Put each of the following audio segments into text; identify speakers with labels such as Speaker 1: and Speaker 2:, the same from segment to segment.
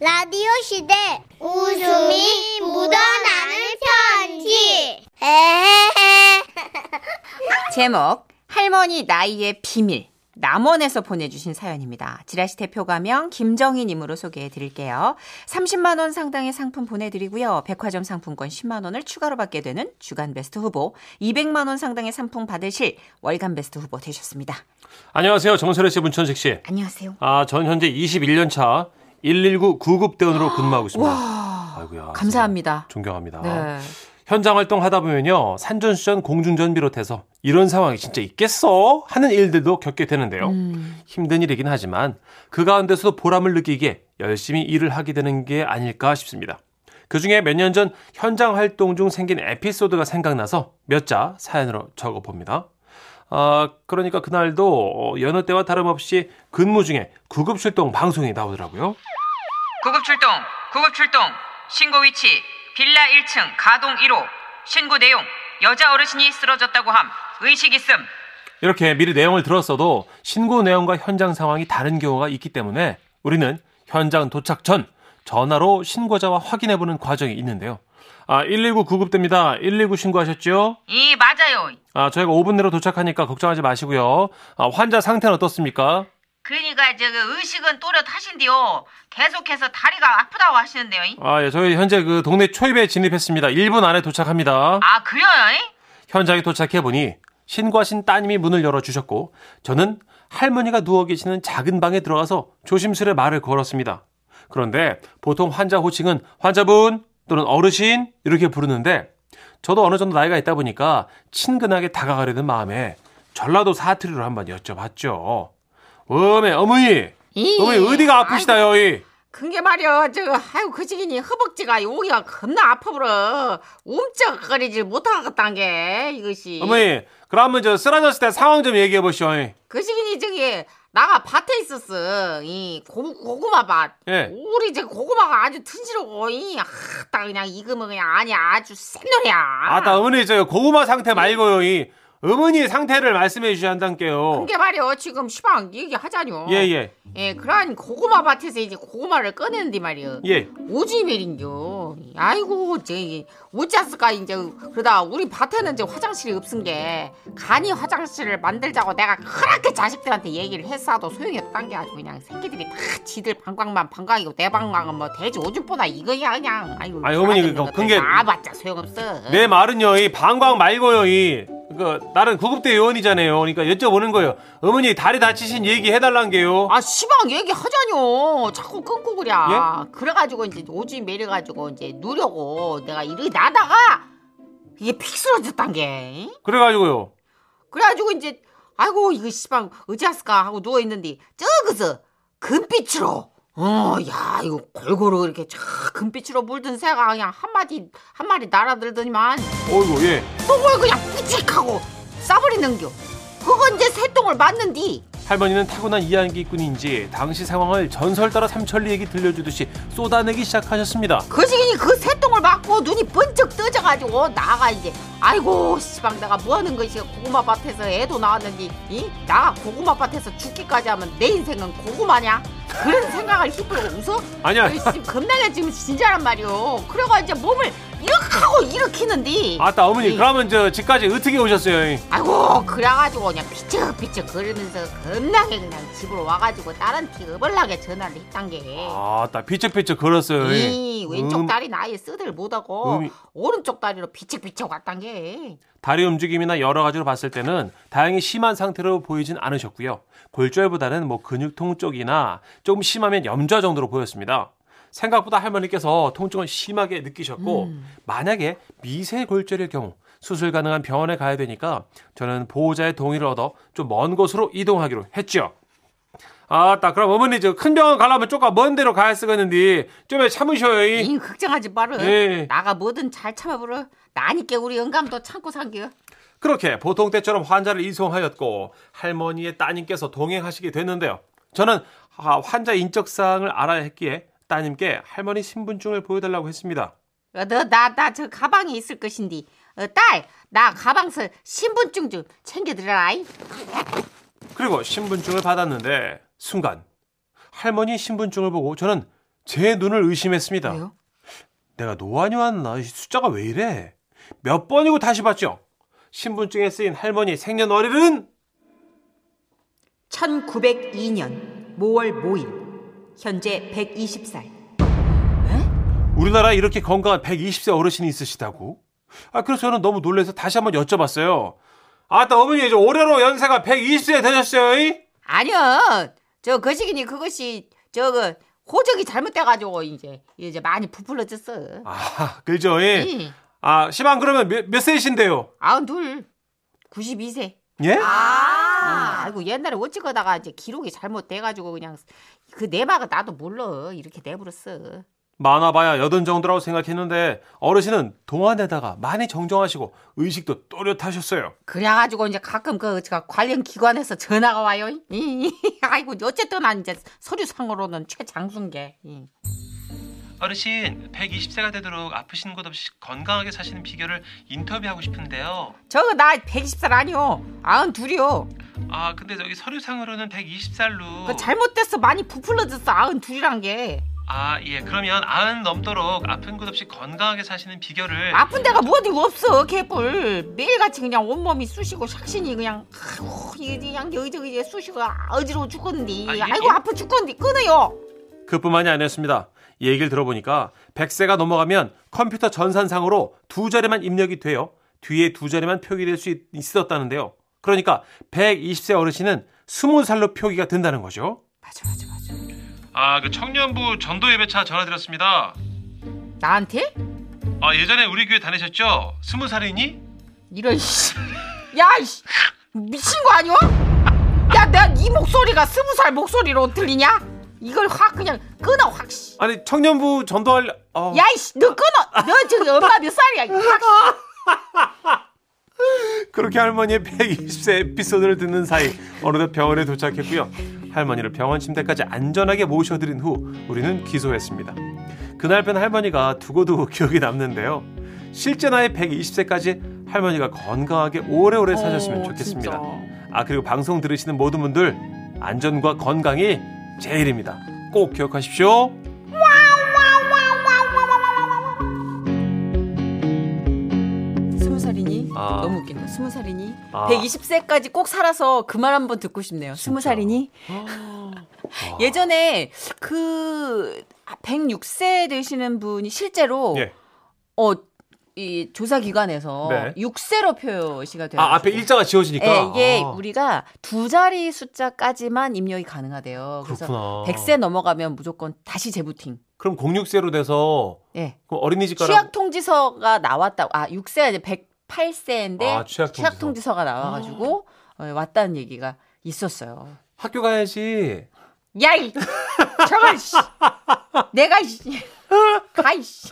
Speaker 1: 라디오 시대 웃음이 묻어나는 편지 에헤헤
Speaker 2: 제목 할머니 나이의 비밀 남원에서 보내주신 사연입니다. 지라시 대표 가명 김정희님으로 소개해 드릴게요. 30만 원 상당의 상품 보내드리고요. 백화점 상품권 10만 원을 추가로 받게 되는 주간 베스트 후보, 200만 원 상당의 상품 받으실 월간 베스트 후보 되셨습니다.
Speaker 3: 안녕하세요. 정설혜 씨, 문천식 씨.
Speaker 2: 안녕하세요.
Speaker 3: 아, 전 현재 21년 차 119 구급대원으로 근무하고 있습니다. 아이고야.
Speaker 2: 감사합니다.
Speaker 3: 정말 존경합니다.
Speaker 2: 네.
Speaker 3: 현장 활동 하다 보면요. 산전수전, 공중전 비롯해서 이런 상황이 진짜 있겠어? 하는 일들도 겪게 되는데요. 힘든 일이긴 하지만 그 가운데서도 보람을 느끼기에 열심히 일을 하게 되는 게 아닐까 싶습니다. 그 중에 몇 년 전 현장 활동 중 생긴 에피소드가 생각나서 몇 자 사연으로 적어봅니다. 아, 그러니까 그날도 어, 여느 때와 다름없이 근무 중에 구급출동 방송이 나오더라고요.
Speaker 4: 구급 출동, 구급 출동. 신고 위치 빌라 1층 가동 1호. 신고 내용 여자 어르신이 쓰러졌다고 함. 의식 있음.
Speaker 3: 이렇게 미리 내용을 들었어도 신고 내용과 현장 상황이 다른 경우가 있기 때문에 우리는 현장 도착 전 전화로 신고자와 확인해보는 과정이 있는데요. 아, 119 구급대입니다. 119 신고하셨죠?
Speaker 4: 이 맞아요.
Speaker 3: 아, 저희가 5분 내로 도착하니까 걱정하지 마시고요. 아, 환자 상태는 어떻습니까?
Speaker 4: 그러니까 저 의식은 또렷하신데요. 계속해서 다리가 아프다고 하시는데요.
Speaker 3: 아, 예, 저희 현재 그 동네 초입에 진입했습니다. 1분 안에 도착합니다.
Speaker 4: 아 그래요?
Speaker 3: 현장에 도착해보니 신고하신 따님이 문을 열어주셨고 저는 할머니가 누워 계시는 작은 방에 들어가서 조심스레 말을 걸었습니다. 그런데 보통 환자 호칭은 환자분 또는 어르신 이렇게 부르는데 저도 어느 정도 나이가 있다 보니까 친근하게 다가가려는 마음에 전라도 사투리로 한번 여쭤봤죠. 어메 어머니
Speaker 5: 이,
Speaker 3: 어머니 어디가 아프시다요 이
Speaker 5: 그게 말이야 저거 아유 그 지기니 허벅지가 여기가 겁나 아파버려 움쩍거리질 못하겠단 게 이것이
Speaker 3: 어머니 그러면 저 쓰러졌을 때 상황 좀 얘기해 보시오.
Speaker 5: 그 지기니 저기 나가 밭에 있었어 이 고, 고구마 밭
Speaker 3: 예.
Speaker 5: 우리 저 고구마가 아주 튼실하고 이아따 그냥 익으면 그냥 아니 아주 예. 센 노래야
Speaker 3: 아따 어머니 저 고구마 상태 말고요 이 어머니 상태를 말씀해 주셔야 한단께요.
Speaker 5: 그게 말이야 지금 시방 얘기하자뇨
Speaker 3: 예예
Speaker 5: 예, 그러한 고구마 밭에서 이제 고구마를 꺼내는데 말이야
Speaker 3: 예. 예.
Speaker 5: 오지메린겨. 아이고, 저기 어찌했을까 이제 그러다 우리 밭에는 이제 화장실이 없은 게 간이 화장실을 만들자고 내가 그렇게 자식들한테 얘기를 했어도 소용이 없단 게 아주 그냥 새끼들이 다 지들 방광만 방광이고 내 방광은 뭐 돼지 오줌보다 이거야 그냥. 아이고.
Speaker 3: 아니, 어머니,
Speaker 5: 사라지는
Speaker 3: 그거
Speaker 5: 것들
Speaker 3: 그게-
Speaker 5: 다 봤자 소용없어.
Speaker 3: 내 말은요 이 방광 말고요 이 그, 나는 구급대 요원이잖아요. 그러니까 여쭤보는 거예요. 어머니 다리 다치신 얘기 해달란 게요.
Speaker 5: 아 시방 얘기하자뇨 자꾸 끊고 그래 그래가지고 이제 오지 매려가지고 이제 누려고 내가 이러 나다가 이게 픽 쓰러졌단 게
Speaker 3: 그래가지고요.
Speaker 5: 그래가지고 이제 아이고 이거 시방 어찌했을까 하고 누워 있는데 저기서 금빛으로 어야 이거 골고루 이렇게 쫙 금빛으로 물든 새가 그냥 한 마디 한 마리 날아들더니만
Speaker 3: 어이구 예.
Speaker 5: 똥을 그냥 뿌직하고 싸버리는겨 그거 이제 새똥을 맞는디
Speaker 3: 할머니는 타고난 이야기꾼인지 당시 상황을 전설 따라 삼천리에게 들려주듯이 쏟아내기 시작하셨습니다.
Speaker 5: 그 시기니 그 새똥을 맞고 눈이 번쩍 떠져가지고 나가 이제 아이고 씨방 내가 뭐하는 것이 고구마 밭에서 애도 나왔는데 이 나가 고구마 밭에서 죽기까지 하면 내 인생은 고구마냐 그런 생각을 휘뿌리고 웃어
Speaker 3: 아니야.
Speaker 5: 아이, 씨, 겁나게 지금 진짜란 말이오 그래가 이제 몸을 이렇게 하고 일으키는데
Speaker 3: 아따
Speaker 5: 예.
Speaker 3: 어머니 그러면 저 집까지 어떻게 오셨어요? 이?
Speaker 5: 아이고 그래가지고 그냥 삐쩍삐쩍 거리면서 겁나게 그냥 집으로 와가지고 딸한테 어벌나게 전화를 했단 게
Speaker 3: 아따 비쩍비쩍 걸었어요. 이.
Speaker 5: 이 왼쪽
Speaker 3: 음.
Speaker 5: 다리는 아예 쓰들 못하고
Speaker 3: 음이.
Speaker 5: 오른쪽 다리로 비책비책 왔단 게
Speaker 3: 다리 움직임이나 여러 가지로 봤을 때는 다행히 심한 상태로 보이진 않으셨고요. 골절보다는 뭐 근육통 쪽이나 조금 심하면 염좌 정도로 보였습니다. 생각보다 할머니께서 통증을 심하게 느끼셨고 만약에 미세 골절일 경우 수술 가능한 병원에 가야 되니까 저는 보호자의 동의를 얻어 좀 먼 곳으로 이동하기로 했죠. 아따 그럼 어머니 저 큰 병원 가려면 조금 먼 데로 가야 쓰겠는데 좀 참으셔요. 이.
Speaker 5: 이 걱정하지 마라
Speaker 3: 예.
Speaker 5: 나가 뭐든 잘 참아보라 나니까 우리 영감도 참고 산겨
Speaker 3: 그렇게 보통 때처럼 환자를 이송하였고 할머니의 따님께서 동행하시게 됐는데요. 저는 아, 환자 인적 사항을 알아야 했기에 따님께 할머니 신분증을 보여달라고 했습니다.
Speaker 5: 어, 너 나 나 저 가방에 있을 것인데 딸 나 가방서 신분증 좀 챙겨드려라 이.
Speaker 3: 그리고 신분증을 받았는데 순간 할머니 신분증을 보고 저는 제 눈을 의심했습니다.
Speaker 5: 왜요?
Speaker 3: 내가 노안이 왔나? 이 숫자가 왜 이래? 몇 번이고 다시 봤죠? 신분증에 쓰인 할머니 생년월일은
Speaker 2: 1902년 5월 모일 현재 120살.
Speaker 3: 우리나라에 이렇게 건강한 120세 어르신이 있으시다고? 아, 그래서 저는 너무 놀라서 다시 한번 여쭤봤어요. 아따, 어머니, 이제 올해로 연세가 120세 되셨어요, 이?
Speaker 5: 아니요. 저 거시기니 그것이 저거 호적이 잘못돼가지고 이제 이제 많이 부풀러졌어.
Speaker 3: 아, 그죠, 이?
Speaker 5: 응.
Speaker 3: 아, 시방 그러면 몇, 몇 세이신데요?
Speaker 5: 아흔 둘, 92세.
Speaker 3: 예?
Speaker 5: 아, 아이고 옛날에 어찌거다가 이제 기록이 잘못돼가지고 그냥 그 내막은 나도 몰라 이렇게 내버렸어.
Speaker 3: 많아봐야 여든 정도라고 생각했는데, 어르신은 동안에다가 많이 정정하시고, 의식도 또렷하셨어요.
Speaker 5: 그래가지고 이제 가끔 그 제가 관련 기관에서 전화가 와요. 이, 아이고 어쨌든 난 이제 서류상으로는 최장수인게. 이.
Speaker 6: 어르신 120세가 되도록 아프신 곳 없이 건강하게 사시는 비결을 인터뷰하고 싶은데요.
Speaker 5: 저거 나 120살 아니요. 아흔 둘이요.
Speaker 6: 아 근데 저기 서류상으로는 120살로.
Speaker 5: 그 잘못됐어 많이 부풀러졌어 아흔 둘이란 게.
Speaker 6: 아 예. 그러면 90 넘도록 아픈 곳 없이 건강하게 사시는 비결을.
Speaker 5: 아픈 데가 뭐디 없어 개뿔 매일같이 그냥 온몸이 쑤시고 샥신이 그냥 아이고 이게 그냥 여기저기 쑤시고 어지러워 죽겠니
Speaker 6: 아, 이게-
Speaker 5: 아이고 아파 죽겠니 끊어요
Speaker 3: 그뿐만이 아니었습니다. 얘기를 들어보니까 100세가 넘어가면 컴퓨터 전산상으로 두 자리만 입력이 돼요. 뒤에 두 자리만 표기될 수 있- 있었다는데요. 그러니까 120세 어르신은 20살로 표기가 된다는 거죠.
Speaker 5: 맞아 맞아 맞아
Speaker 6: 아 그 청년부 전도 예배차 전화드렸습니다.
Speaker 5: 나한테?
Speaker 6: 아 예전에 우리 교회 다니셨죠? 스무 살이니?
Speaker 5: 이런 씨야씨 미친 거 아니야? 야내이 목소리가 스무 살 목소리로 들리냐? 이걸 확 그냥 끊어 확씨
Speaker 3: 아니 청년부 전도할 어,
Speaker 5: 야이씨 너 끊어 너 저기 엄마 몇 살이야 확
Speaker 3: 그렇게 할머니의 120세 에피소드를 듣는 사이 어느덧 병원에 도착했고요. 할머니를 병원 침대까지 안전하게 모셔드린 후 우리는 기소했습니다. 그날 뵌 할머니가 두고두고 기억이 남는데요. 실제 나이 120세까지 할머니가 건강하게 오래오래
Speaker 2: 어,
Speaker 3: 사셨으면 좋겠습니다.
Speaker 5: 어,
Speaker 3: 아 그리고 방송 들으시는 모든 분들 안전과 건강이 제일입니다. 꼭 기억하십시오.
Speaker 2: 스무 살이니?
Speaker 3: 아.
Speaker 2: 너무 웃긴다. 스무 살이니?
Speaker 3: 아.
Speaker 2: 120세까지 꼭 살아서 그 말 한번 듣고 싶네요. 스무 살이니?
Speaker 3: 아.
Speaker 2: 예전에 그 106세 되시는 분이 실제로
Speaker 3: 예.
Speaker 2: 어, 이 조사 기관에서
Speaker 3: 네.
Speaker 2: 6세로 표시가 돼요.
Speaker 3: 아 앞에 일자가 지워지니까
Speaker 2: 예, 이게
Speaker 3: 아,
Speaker 2: 우리가 두 자리 숫자까지만 입력이 가능하대요. 그래서
Speaker 3: 그렇구나.
Speaker 2: 100세 넘어가면 무조건 다시 재부팅.
Speaker 3: 그럼 06세로 돼서
Speaker 2: 예.
Speaker 3: 그럼 어린이집가랑
Speaker 2: 취약 통지서가 나왔다고. 아, 6세가 이제 108세인데
Speaker 3: 아, 취약 통지서. 아.
Speaker 2: 통지서가 나와 가지고 어, 왔다는 얘기가 있었어요.
Speaker 3: 학교 가야지.
Speaker 5: 야이 저걸 씨 내가 씨 가이 씨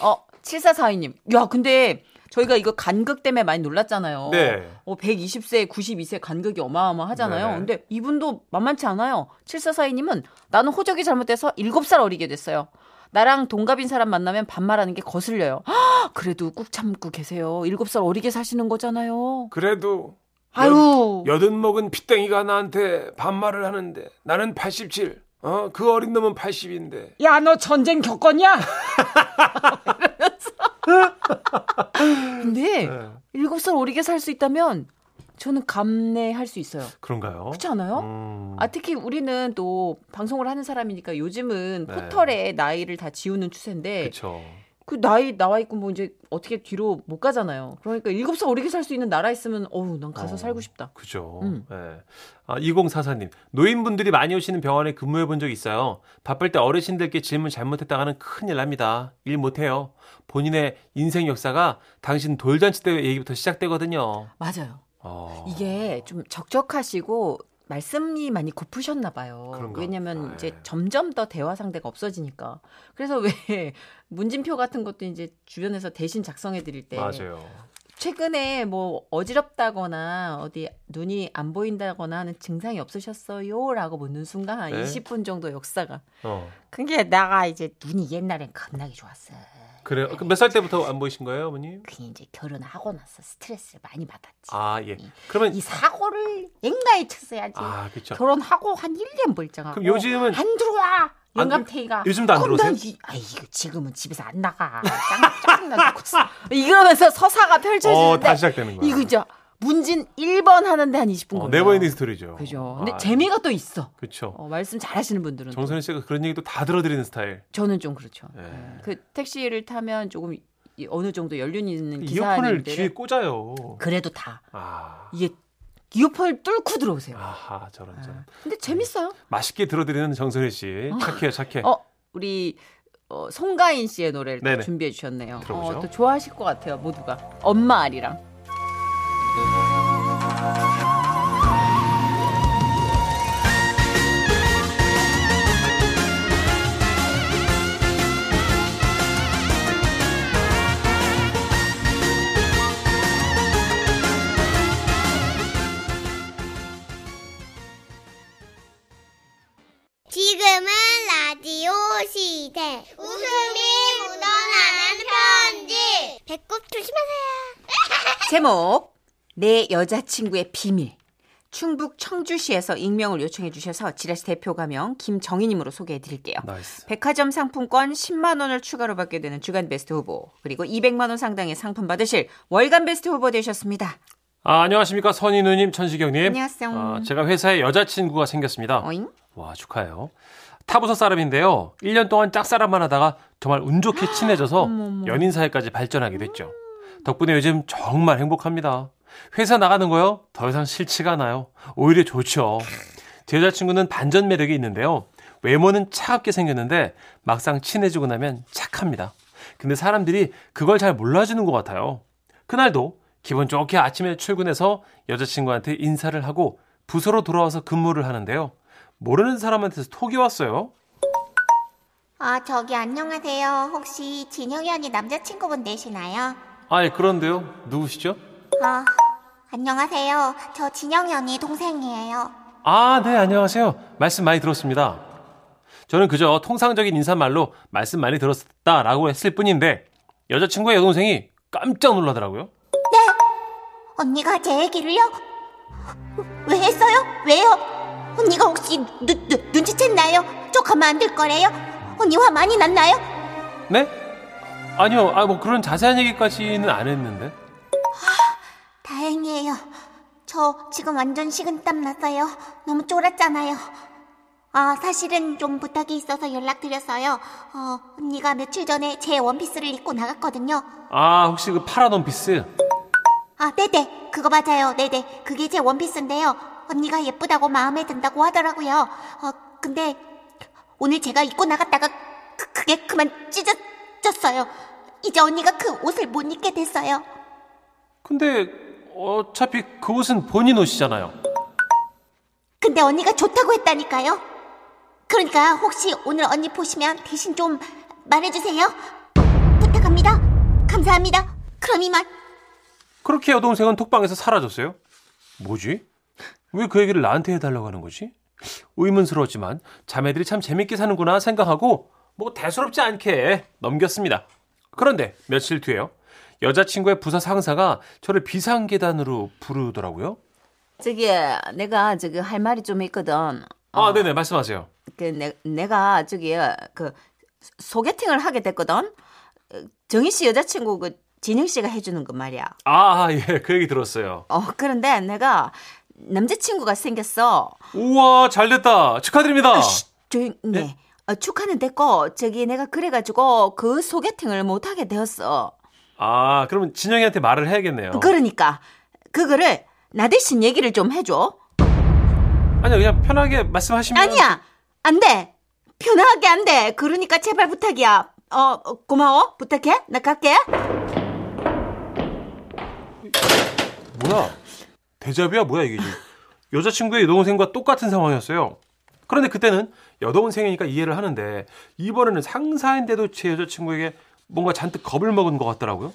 Speaker 2: 어, 7442님. 야, 근데 저희가 이거 간극 때문에 많이 놀랐잖아요.
Speaker 3: 네.
Speaker 2: 어, 120세, 92세 간극이 어마어마하잖아요.
Speaker 3: 네.
Speaker 2: 근데 이분도 만만치 않아요. 7442님은 나는 호적이 잘못돼서 7살 어리게 됐어요. 나랑 동갑인 사람 만나면 반말하는 게 거슬려요. 헉, 그래도 꾹 참고 계세요. 7살 어리게 사시는 거잖아요.
Speaker 7: 그래도
Speaker 2: 아유.
Speaker 7: 여든 먹은 피땡이가 나한테 반말을 하는데 나는 87. 어? 그 어린 놈은 80인데.
Speaker 5: 야 너 전쟁 겪었냐?
Speaker 2: 근데
Speaker 3: 네.
Speaker 2: 7살 어리게 살 수 있다면 저는 감내할 수 있어요.
Speaker 3: 그런가요?
Speaker 2: 그렇지 않아요?
Speaker 3: 음.
Speaker 2: 아 특히 우리는 또 방송을 하는 사람이니까 요즘은
Speaker 3: 네.
Speaker 2: 포털에 나이를 다 지우는 추세인데 그
Speaker 3: 그쵸.
Speaker 2: 나이 나와 있고 뭐 이제 어떻게 뒤로 못 가잖아요. 그러니까 일곱 살 어리게 살 수 있는 나라 있으면 어우 난 가서
Speaker 3: 어.
Speaker 2: 살고 싶다.
Speaker 3: 그죠.
Speaker 2: 음.
Speaker 3: 예. 아, 2044님. 노인분들이 많이 오시는 병원에 근무해 본 적 있어요. 바쁠 때 어르신들께 질문 잘못했다 가는 큰일 납니다. 일 못해요. 본인의 인생 역사가 당신 돌잔치 때 얘기부터 시작되거든요.
Speaker 2: 맞아요.
Speaker 3: 어.
Speaker 2: 이게 좀 적적하시고 말씀이 많이 고프셨나 봐요.
Speaker 3: 그런가?
Speaker 2: 왜냐면
Speaker 3: 아,
Speaker 2: 이제
Speaker 3: 예.
Speaker 2: 점점 더 대화 상대가 없어지니까. 그래서 왜 문진표 같은 것도 이제 주변에서 대신 작성해 드릴 때
Speaker 3: 맞아요.
Speaker 2: 최근에 뭐 어지럽다거나 어디 눈이 안 보인다거나 하는 증상이 없으셨어요? 라고 묻는 순간 한
Speaker 3: 네.
Speaker 2: 20분 정도 역사가
Speaker 3: 어.
Speaker 5: 그게 내가 이제 눈이 옛날엔 겁나게 좋았어.
Speaker 3: 그래요. 몇 살 때부터 안 보이신 거예요, 어머님?
Speaker 5: 그냥 이제 결혼하고 나서 스트레스를 많이 받았지.
Speaker 3: 아, 예. 그러면
Speaker 5: 이 사고를 앵간히 쳤어야지.
Speaker 3: 아, 그렇죠.
Speaker 5: 결혼하고 한 1년 멀쩡하고
Speaker 3: 그럼 요즘은
Speaker 5: 안 들어와.
Speaker 8: 영감탱이가
Speaker 3: 요즘도 안
Speaker 8: 그럼
Speaker 3: 들어오세요?
Speaker 8: 나 이, 아이 지금은 집에서 안 나가. 짱- 짜증나 죽겠어.
Speaker 5: 이러면서 서사가 펼쳐지는데
Speaker 3: 어, 다시 시작되는 거야.
Speaker 5: 이거 진짜 문진 1번 하는데 한 20분
Speaker 3: 어,
Speaker 5: 걸려.
Speaker 3: 네버엔딩 스토리죠.
Speaker 5: 그죠. 근데
Speaker 3: 아,
Speaker 5: 재미가 또 있어.
Speaker 3: 그렇죠.
Speaker 5: 어, 말씀 잘하시는 분들은 또.
Speaker 3: 정선희 씨가 그런 얘기도 다 들어드리는 스타일.
Speaker 5: 저는 좀 그렇죠.
Speaker 3: 예.
Speaker 5: 그 택시를 타면 조금 이- 어느 정도 연륜 있는
Speaker 3: 그 이어폰을 귀에
Speaker 5: 음, 기사님들
Speaker 3: 꽂아요.
Speaker 5: 그래도 다
Speaker 3: 아,
Speaker 5: 이게 이어폰을 뚫고 들어오세요.
Speaker 3: 아하, 저런 저런.
Speaker 5: 근데 재밌어요.
Speaker 3: 맛있게 들어드리는 정선희 씨. 착해요, 착해.
Speaker 5: 어 우리 어, 송가인 씨의 노래를 또
Speaker 3: 네. 네네.
Speaker 5: 준비해 주셨네요.
Speaker 3: 들어보죠.
Speaker 5: 어, 또 좋아하실 것 같아요 모두가 엄마 아리랑.
Speaker 1: 지금은 라디오 시대. 웃음이 묻어나는 편지. 배꼽 조심하세요.
Speaker 9: 제목 내 여자친구의 비밀 충북 청주시에서 익명을 요청해 주셔서 지라시 대표 가명 김정희님으로 소개해 드릴게요.
Speaker 3: 나이스.
Speaker 9: 백화점 상품권 10만 원을 추가로 받게 되는 주간 베스트 후보 그리고 200만 원 상당의 상품 받으실 월간 베스트 후보 되셨습니다.
Speaker 3: 아, 안녕하십니까. 선희 누님, 천시경님.
Speaker 9: 안녕하세요.
Speaker 3: 아, 제가 회사에 여자친구가 생겼습니다.
Speaker 9: 어잉?
Speaker 3: 와, 축하해요. 타부서 사람인데요. 1년 동안 짝사랑만 하다가 정말 운 좋게 친해져서 연인 사이까지 발전하게 됐죠. 덕분에 요즘 정말 행복합니다. 회사 나가는 거요? 더 이상 싫지가 않아요. 오히려 좋죠. 제 여자친구는 반전 매력이 있는데요. 외모는 차갑게 생겼는데 막상 친해지고 나면 착합니다. 근데 사람들이 그걸 잘 몰라주는 것 같아요. 그날도 기분 좋게 아침에 출근해서 여자친구한테 인사를 하고 부서로 돌아와서 근무를 하는데요. 모르는 사람한테서 톡이 왔어요.
Speaker 1: 아, 저기 안녕하세요. 혹시 진영이 언니 남자친구분 되시나요?
Speaker 3: 아니 그런데요. 누구시죠?
Speaker 1: 아, 안녕하세요. 저 진영이 언니 동생이에요.
Speaker 3: 아, 네, 안녕하세요. 말씀 많이 들었습니다. 저는 그저 통상적인 인사말로 말씀 많이 들었다라고 했을 뿐인데 여자친구의 여동생이 깜짝 놀라더라고요.
Speaker 1: 언니가 제 얘기를요? 왜 했어요? 왜요? 언니가 혹시 누, 누, 눈치챘나요? 저 가만 안 둘 거래요? 언니 화 많이 났나요?
Speaker 3: 네? 아니요. 아, 뭐 그런 자세한 얘기까지는 안 했는데.
Speaker 1: 다행이에요. 저 지금 완전 식은땀 났어요. 너무 쫄았잖아요. 아, 사실은 좀 부탁이 있어서 연락드렸어요. 어, 언니가 며칠 전에 제 원피스를 입고 나갔거든요.
Speaker 3: 아, 혹시 그 파란 원피스?
Speaker 1: 아, 네네. 그거 맞아요. 네네. 그게 제 원피스인데요. 언니가 예쁘다고 마음에 든다고 하더라고요. 어, 근데 오늘 제가 입고 나갔다가 그, 그게 그만 찢어졌어요. 이제 언니가 그 옷을 못 입게 됐어요.
Speaker 3: 근데 어차피 그 옷은 본인 옷이잖아요.
Speaker 1: 근데 언니가 좋다고 했다니까요. 그러니까 혹시 오늘 언니 보시면 대신 좀 말해주세요. 부탁합니다. 감사합니다. 그럼 이만.
Speaker 3: 그렇게 여동생은 톡방에서 사라졌어요. 뭐지? 왜 그 얘기를 나한테 해달라고 하는 거지? 의문스러웠지만 자매들이 참 재밌게 사는구나 생각하고 뭐 대수롭지 않게 넘겼습니다. 그런데 며칠 뒤에요. 여자친구의 부사 상사가 저를 비상계단으로 부르더라고요.
Speaker 5: 저기 내가 저기 할 말이 좀 있거든.
Speaker 3: 아, 네네, 말씀하세요.
Speaker 5: 그 내, 내가 저기 그 소개팅을 하게 됐거든. 어, 정희 씨 여자친구 그 진영 씨가 해주는 거 말이야.
Speaker 3: 아, 예, 그 얘기 들었어요.
Speaker 5: 어 그런데 내가 남자친구가 생겼어.
Speaker 3: 우와, 잘 됐다.
Speaker 5: 아,
Speaker 3: 축하드립니다.
Speaker 5: 조용히 네. 어, 축하는 됐고 저기 내가 그래가지고 그 소개팅을 못 하게 되었어.
Speaker 3: 아, 그러면 진영이한테 말을 해야겠네요.
Speaker 9: 어.
Speaker 5: 그러니까 그거를 나 대신 얘기를 좀 해줘.
Speaker 3: 아니요, 그냥 편하게
Speaker 9: 네.
Speaker 3: 말씀하시면.
Speaker 5: 아니야 안 돼. 편하게 안 돼. 그러니까 제발 부탁이야. 어, 어 고마워 부탁해 나 갈게.
Speaker 3: 뭐야? 대자비야 뭐야 이게 지금. 여자친구의 여동생과 똑같은 상황이었어요. 그런데 그때는 여동생이니까 이해를 하는데 이번에는 상사인데도 제 여자친구에게 뭔가 잔뜩 겁을 먹은 것 같더라고요.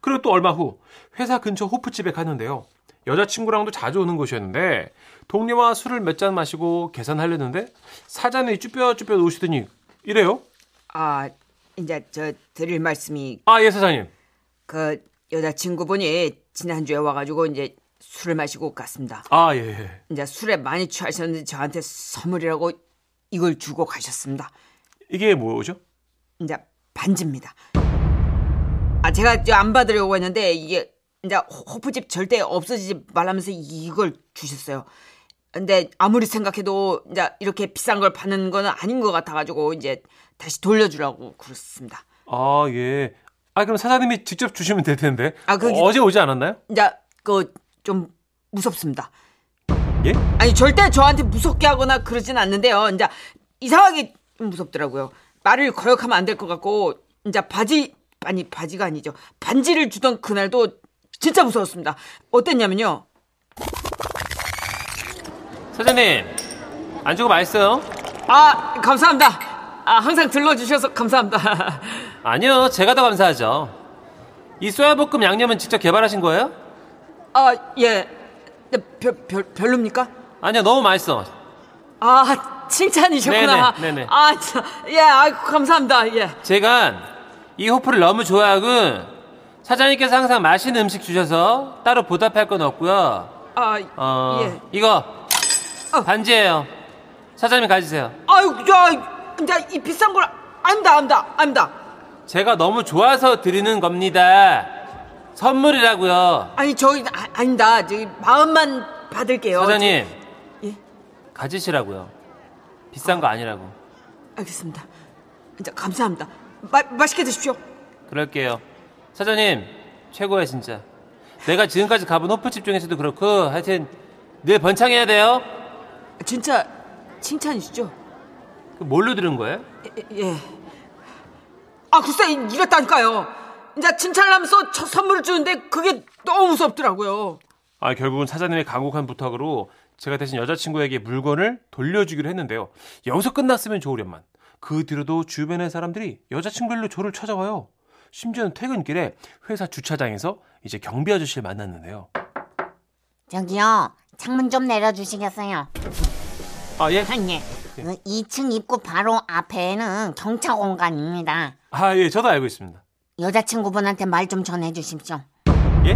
Speaker 3: 그리고 또 얼마 후 회사 근처 호프집에 갔는데요. 여자친구랑도 자주 오는 곳이었는데 동료와 술을 몇 잔 마시고 계산하려는데 사장이 쭈뼛쭈뼛 오시더니 이래요.
Speaker 9: 아 이제 저 드릴 말씀이
Speaker 3: 아 예 사장님.
Speaker 9: 그 여자친구분이 지난주에 와가지고 이제 술을 마시고 갔습니다.
Speaker 3: 아 예. 예.
Speaker 9: 이제 술에 많이 취하셨는데 저한테 선물이라고 이걸 주고 가셨습니다.
Speaker 3: 이게 뭐죠?
Speaker 2: 이제 반지입니다. 아 제가 저안 받으려고 했는데 이게 이제 호- 호프집 절대 없어지지 말라면서 이걸 주셨어요. 근데 아무리 생각해도 이제 이렇게 비싼 걸 받는 거는 아닌 것 같아가지고 이제 다시 돌려주라고 그렇습니다.
Speaker 3: 아, 예. 아, 그럼 사장님이 직접 주시면 될 텐데.
Speaker 2: 아, 그-
Speaker 3: 어제 오지 않았나요?
Speaker 2: 이제 그 좀 무섭습니다.
Speaker 3: 예?
Speaker 2: 아니 절대 저한테 무섭게 하거나 그러진 않는데요. 이제 이상하게 좀 무섭더라고요. 말을 거역하면 안 될 것 같고 이제 바지 아니 바지가 아니죠. 반지를 주던 그날도 진짜 무서웠습니다. 어땠냐면요.
Speaker 3: 사장님, 안 주고 맛있어요?
Speaker 2: 아 감사합니다. 아 항상 들러주셔서 감사합니다.
Speaker 3: 아니요, 제가 더 감사하죠. 이 쏘야볶음 양념은 직접 개발하신 거예요?
Speaker 2: 아 예. 근데 별, 별 별로입니까?
Speaker 3: 아니요, 너무 맛있어.
Speaker 2: 아 칭찬이셨구나.
Speaker 3: 네네, 네네.
Speaker 2: 아 참, 예, 아 감사합니다. 예.
Speaker 3: 제가 이 호프를 너무 좋아하고 사장님께서 항상 맛있는 음식 주셔서 따로 보답할 건 없고요.
Speaker 2: 아
Speaker 3: 어,
Speaker 2: 예.
Speaker 3: 이거
Speaker 2: 어.
Speaker 3: 반지예요. 사장님 가지세요.
Speaker 2: 아유, 야, 근데 이 비싼 걸 안다, 안다, 안다.
Speaker 3: 제가 너무 좋아서 드리는 겁니다. 선물이라고요.
Speaker 2: 아니, 저희 아, 아니다. 저기 마음만
Speaker 5: 네,
Speaker 2: 받을게요.
Speaker 3: 사장님.
Speaker 2: 예?
Speaker 3: 가지시라고요. 비싼 거 아니라고.
Speaker 2: 알겠습니다. 진짜 감사합니다. 마, 맛있게 드십시오.
Speaker 3: 그럴게요. 사장님, 최고야, 진짜. 내가 지금까지 가본 호프집 중에서도 그렇고, 하여튼, 늘 번창해야 돼요.
Speaker 2: 진짜 칭찬이시죠?
Speaker 3: 그 뭘로 들은 거예요?
Speaker 2: 예, 예. 아, 글쎄 이- 이랬다니까요. 이제 칭찬을 하면서 저 선물을 주는데 그게 너무 무섭더라고요.
Speaker 3: 아, 결국은 사장님의 간곡한 부탁으로 제가 대신 여자친구에게 물건을 돌려주기로 했는데요. 여기서 끝났으면 좋으련만. 그 뒤로도 주변의 사람들이 여자친구로 저를 찾아와요. 심지어는 퇴근길에 회사 주차장에서 이제 경비 아저씨를 만났는데요.
Speaker 1: 저기요, 창문 좀 내려주시겠어요?
Speaker 3: 아, 예?
Speaker 1: 형님, 2층 입구 바로 앞에는 경차 공간입니다.
Speaker 3: 아, 예, 저도 알고 있습니다.
Speaker 1: 여자친구분한테 말 좀 전해주십시오.
Speaker 3: 예?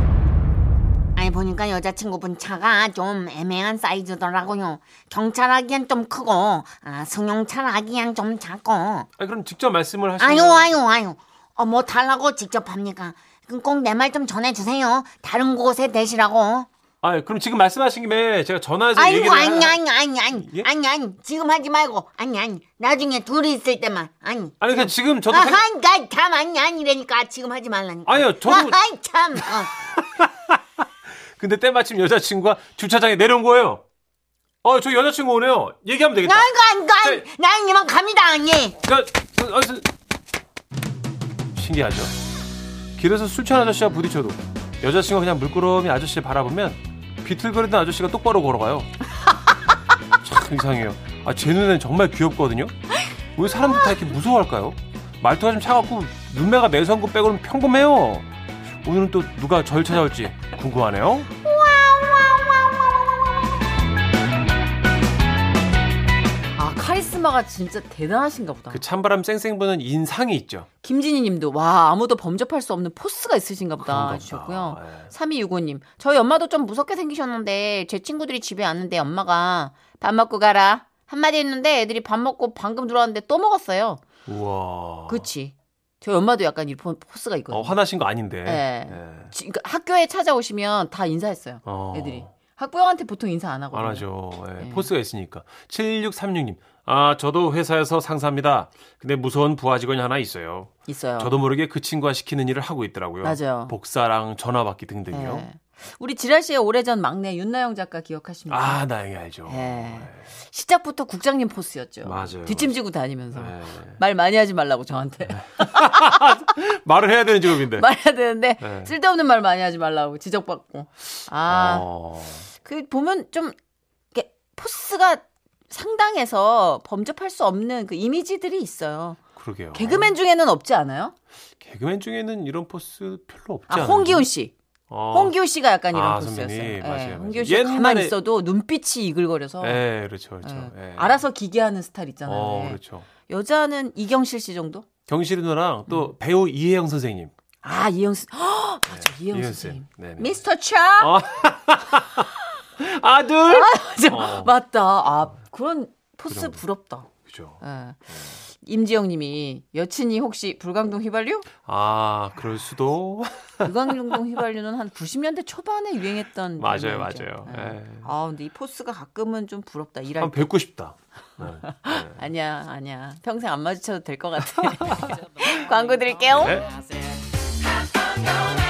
Speaker 1: 아니 보니까 여자친구분 차가 좀 애매한 사이즈더라고요. 경찰하기엔 좀 크고 아, 승용차라기엔 좀 작고.
Speaker 3: 아, 그럼 직접 말씀을 하시면
Speaker 1: 아유 아유 아유. 어, 뭐 달라고 직접 합니까? 그럼 꼭 내 말 좀 전해주세요. 다른 곳에 대시라고.
Speaker 3: 아, 그럼 지금 말씀하신 김에 제가 전화해서
Speaker 1: 아이고
Speaker 3: 얘기를
Speaker 1: 아니
Speaker 3: 하-
Speaker 1: 아니 아니 아니
Speaker 3: 예?
Speaker 1: 아니 아니 지금 하지 말고 아니 아니 나중에 둘이 있을 때만 아니.
Speaker 3: 아니 그냥 지금 저도
Speaker 1: 아하,
Speaker 3: 생-
Speaker 1: 아이, 참, 아니, 아니라니까. 지금 하지 말라니까.
Speaker 3: 아니요, 저도-
Speaker 1: 아이, 참. 어.
Speaker 3: 근데 때마침 여자친구가 주차장에 내려온 거예요. 어, 저 여자친구 오네요. 얘기하면 되겠다.
Speaker 1: 난, 간, 간.
Speaker 3: 네.
Speaker 1: 난 이만 갑니다, 아니.
Speaker 3: 저, 저, 어, 저- 신기하죠. 길에서 술 취한 아저씨와 부딪혀도 여자친구가 그냥 물끄러미 아저씨를 바라보면 비틀거리던 아저씨가 똑바로 걸어가요. 참 이상해요. 아, 제 눈엔 정말 귀엽거든요. 왜 사람들 다 이렇게 무서워할까요? 말투가 좀 차갑고 눈매가 내성구 빼고는 평범해요. 오늘은 또 누가 절 찾아올지 궁금하네요.
Speaker 5: 아 카리스마가 진짜 대단하신가 보다.
Speaker 3: 그 찬바람 쌩쌩 부는 인상이 있죠.
Speaker 5: 김진희님도 와 아무도 범접할 수 없는 포스가 있으신가 보다
Speaker 3: 그런가
Speaker 5: 하셨고요.
Speaker 3: 보다. 예.
Speaker 5: 3265님 저희 엄마도 좀 무섭게 생기셨는데 제 친구들이 집에 왔는데 엄마가 밥 먹고 가라 한마디 했는데 애들이 밥 먹고 방금 들어왔는데 또 먹었어요.
Speaker 3: 우와.
Speaker 5: 그치. 저희 엄마도 약간 이 포- 포스가 있거든요.
Speaker 3: 어, 화나신 거 아닌데.
Speaker 5: 예.
Speaker 3: 예.
Speaker 5: 지- 그러니까 학교에 찾아오시면 다 인사했어요.
Speaker 3: 어.
Speaker 5: 애들이. 학부형한테 보통 인사 안 하거든요.
Speaker 3: 안 하죠. 예,
Speaker 5: 예.
Speaker 3: 포스가 있으니까. 7636님. 아, 저도 회사에서 상사입니다. 근데 무서운 부하 직원이 하나 있어요.
Speaker 5: 있어요.
Speaker 3: 저도 모르게 그 친구가 시키는 일을 하고 있더라고요.
Speaker 5: 아. 맞아요.
Speaker 3: 복사랑 전화 받기 등등요.
Speaker 5: 예. 우리 지랄 씨의 오래전 막내 윤나영 작가 기억하십니까?
Speaker 3: 아, 나에게 알죠.
Speaker 5: 예. 시작부터 국장님 포스였죠.
Speaker 3: 맞아요.
Speaker 5: 뒷짐지고 다니면서.
Speaker 3: 예.
Speaker 5: 말 많이 하지 말라고 저한테.
Speaker 3: 말을 해야 되는 직업인데.
Speaker 5: 말해야 되는데
Speaker 3: 네.
Speaker 5: 쓸데없는 말 많이 하지 말라고 지적받고. 아,
Speaker 3: 어.
Speaker 5: 그 보면 좀 이렇게 포스가 상당해서 범접할 수 없는 그 이미지들이 있어요.
Speaker 3: 그러게요.
Speaker 5: 개그맨 중에는 없지 않아요?
Speaker 3: 개그맨 중에는 이런 포스 별로 없지
Speaker 5: 아,
Speaker 3: 않아요?
Speaker 5: 홍기훈 씨.
Speaker 3: 어.
Speaker 5: 홍기훈 씨가 약간 이런
Speaker 3: 아,
Speaker 5: 포스였어요.
Speaker 3: 선배님.
Speaker 5: 예,
Speaker 3: 맞아요, 맞아요.
Speaker 5: 홍기훈 씨가 가만히
Speaker 3: 옛날에-
Speaker 5: 있어도 눈빛이 이글거려서
Speaker 3: 예, 그렇죠. 그렇죠.
Speaker 5: 예,
Speaker 3: 예.
Speaker 5: 알아서 기계하는 스타일 있잖아요.
Speaker 3: 어,
Speaker 5: 예.
Speaker 3: 그렇죠.
Speaker 5: 여자는 이경실 씨 정도?
Speaker 3: 경실 누나랑 또
Speaker 5: 음.
Speaker 3: 배우 이혜영 선생님.
Speaker 5: 아, 이영수. 허! 맞아, 이영수
Speaker 3: 네, 이혜영
Speaker 5: 선생님.
Speaker 3: 네, 네.
Speaker 5: 미스터 차!
Speaker 3: 어. 아들.
Speaker 5: 맞아. 맞다. 아, 그런 포스
Speaker 3: 어. 정도.
Speaker 5: 부럽다.
Speaker 3: 그죠.
Speaker 5: 예. 임지영님이 여친이 혹시 불광동 휘발유?
Speaker 3: 아, 그럴 수도.
Speaker 5: 불광동 휘발유는 한 90년대 초반에 유행했던
Speaker 3: 맞아요,
Speaker 5: 이름이죠.
Speaker 3: 맞아요.
Speaker 5: 네.
Speaker 3: 예. 아,
Speaker 5: 아 근데 이 포스가 가끔은 좀 부럽다. 일할
Speaker 3: 한
Speaker 5: 때.
Speaker 3: 뵙고 싶다. 네. 네.
Speaker 5: 아니야, 아니야. 평생 안 마주쳐도 될 것 같아. 광고 드릴게요.
Speaker 3: 네.
Speaker 10: I'm gonna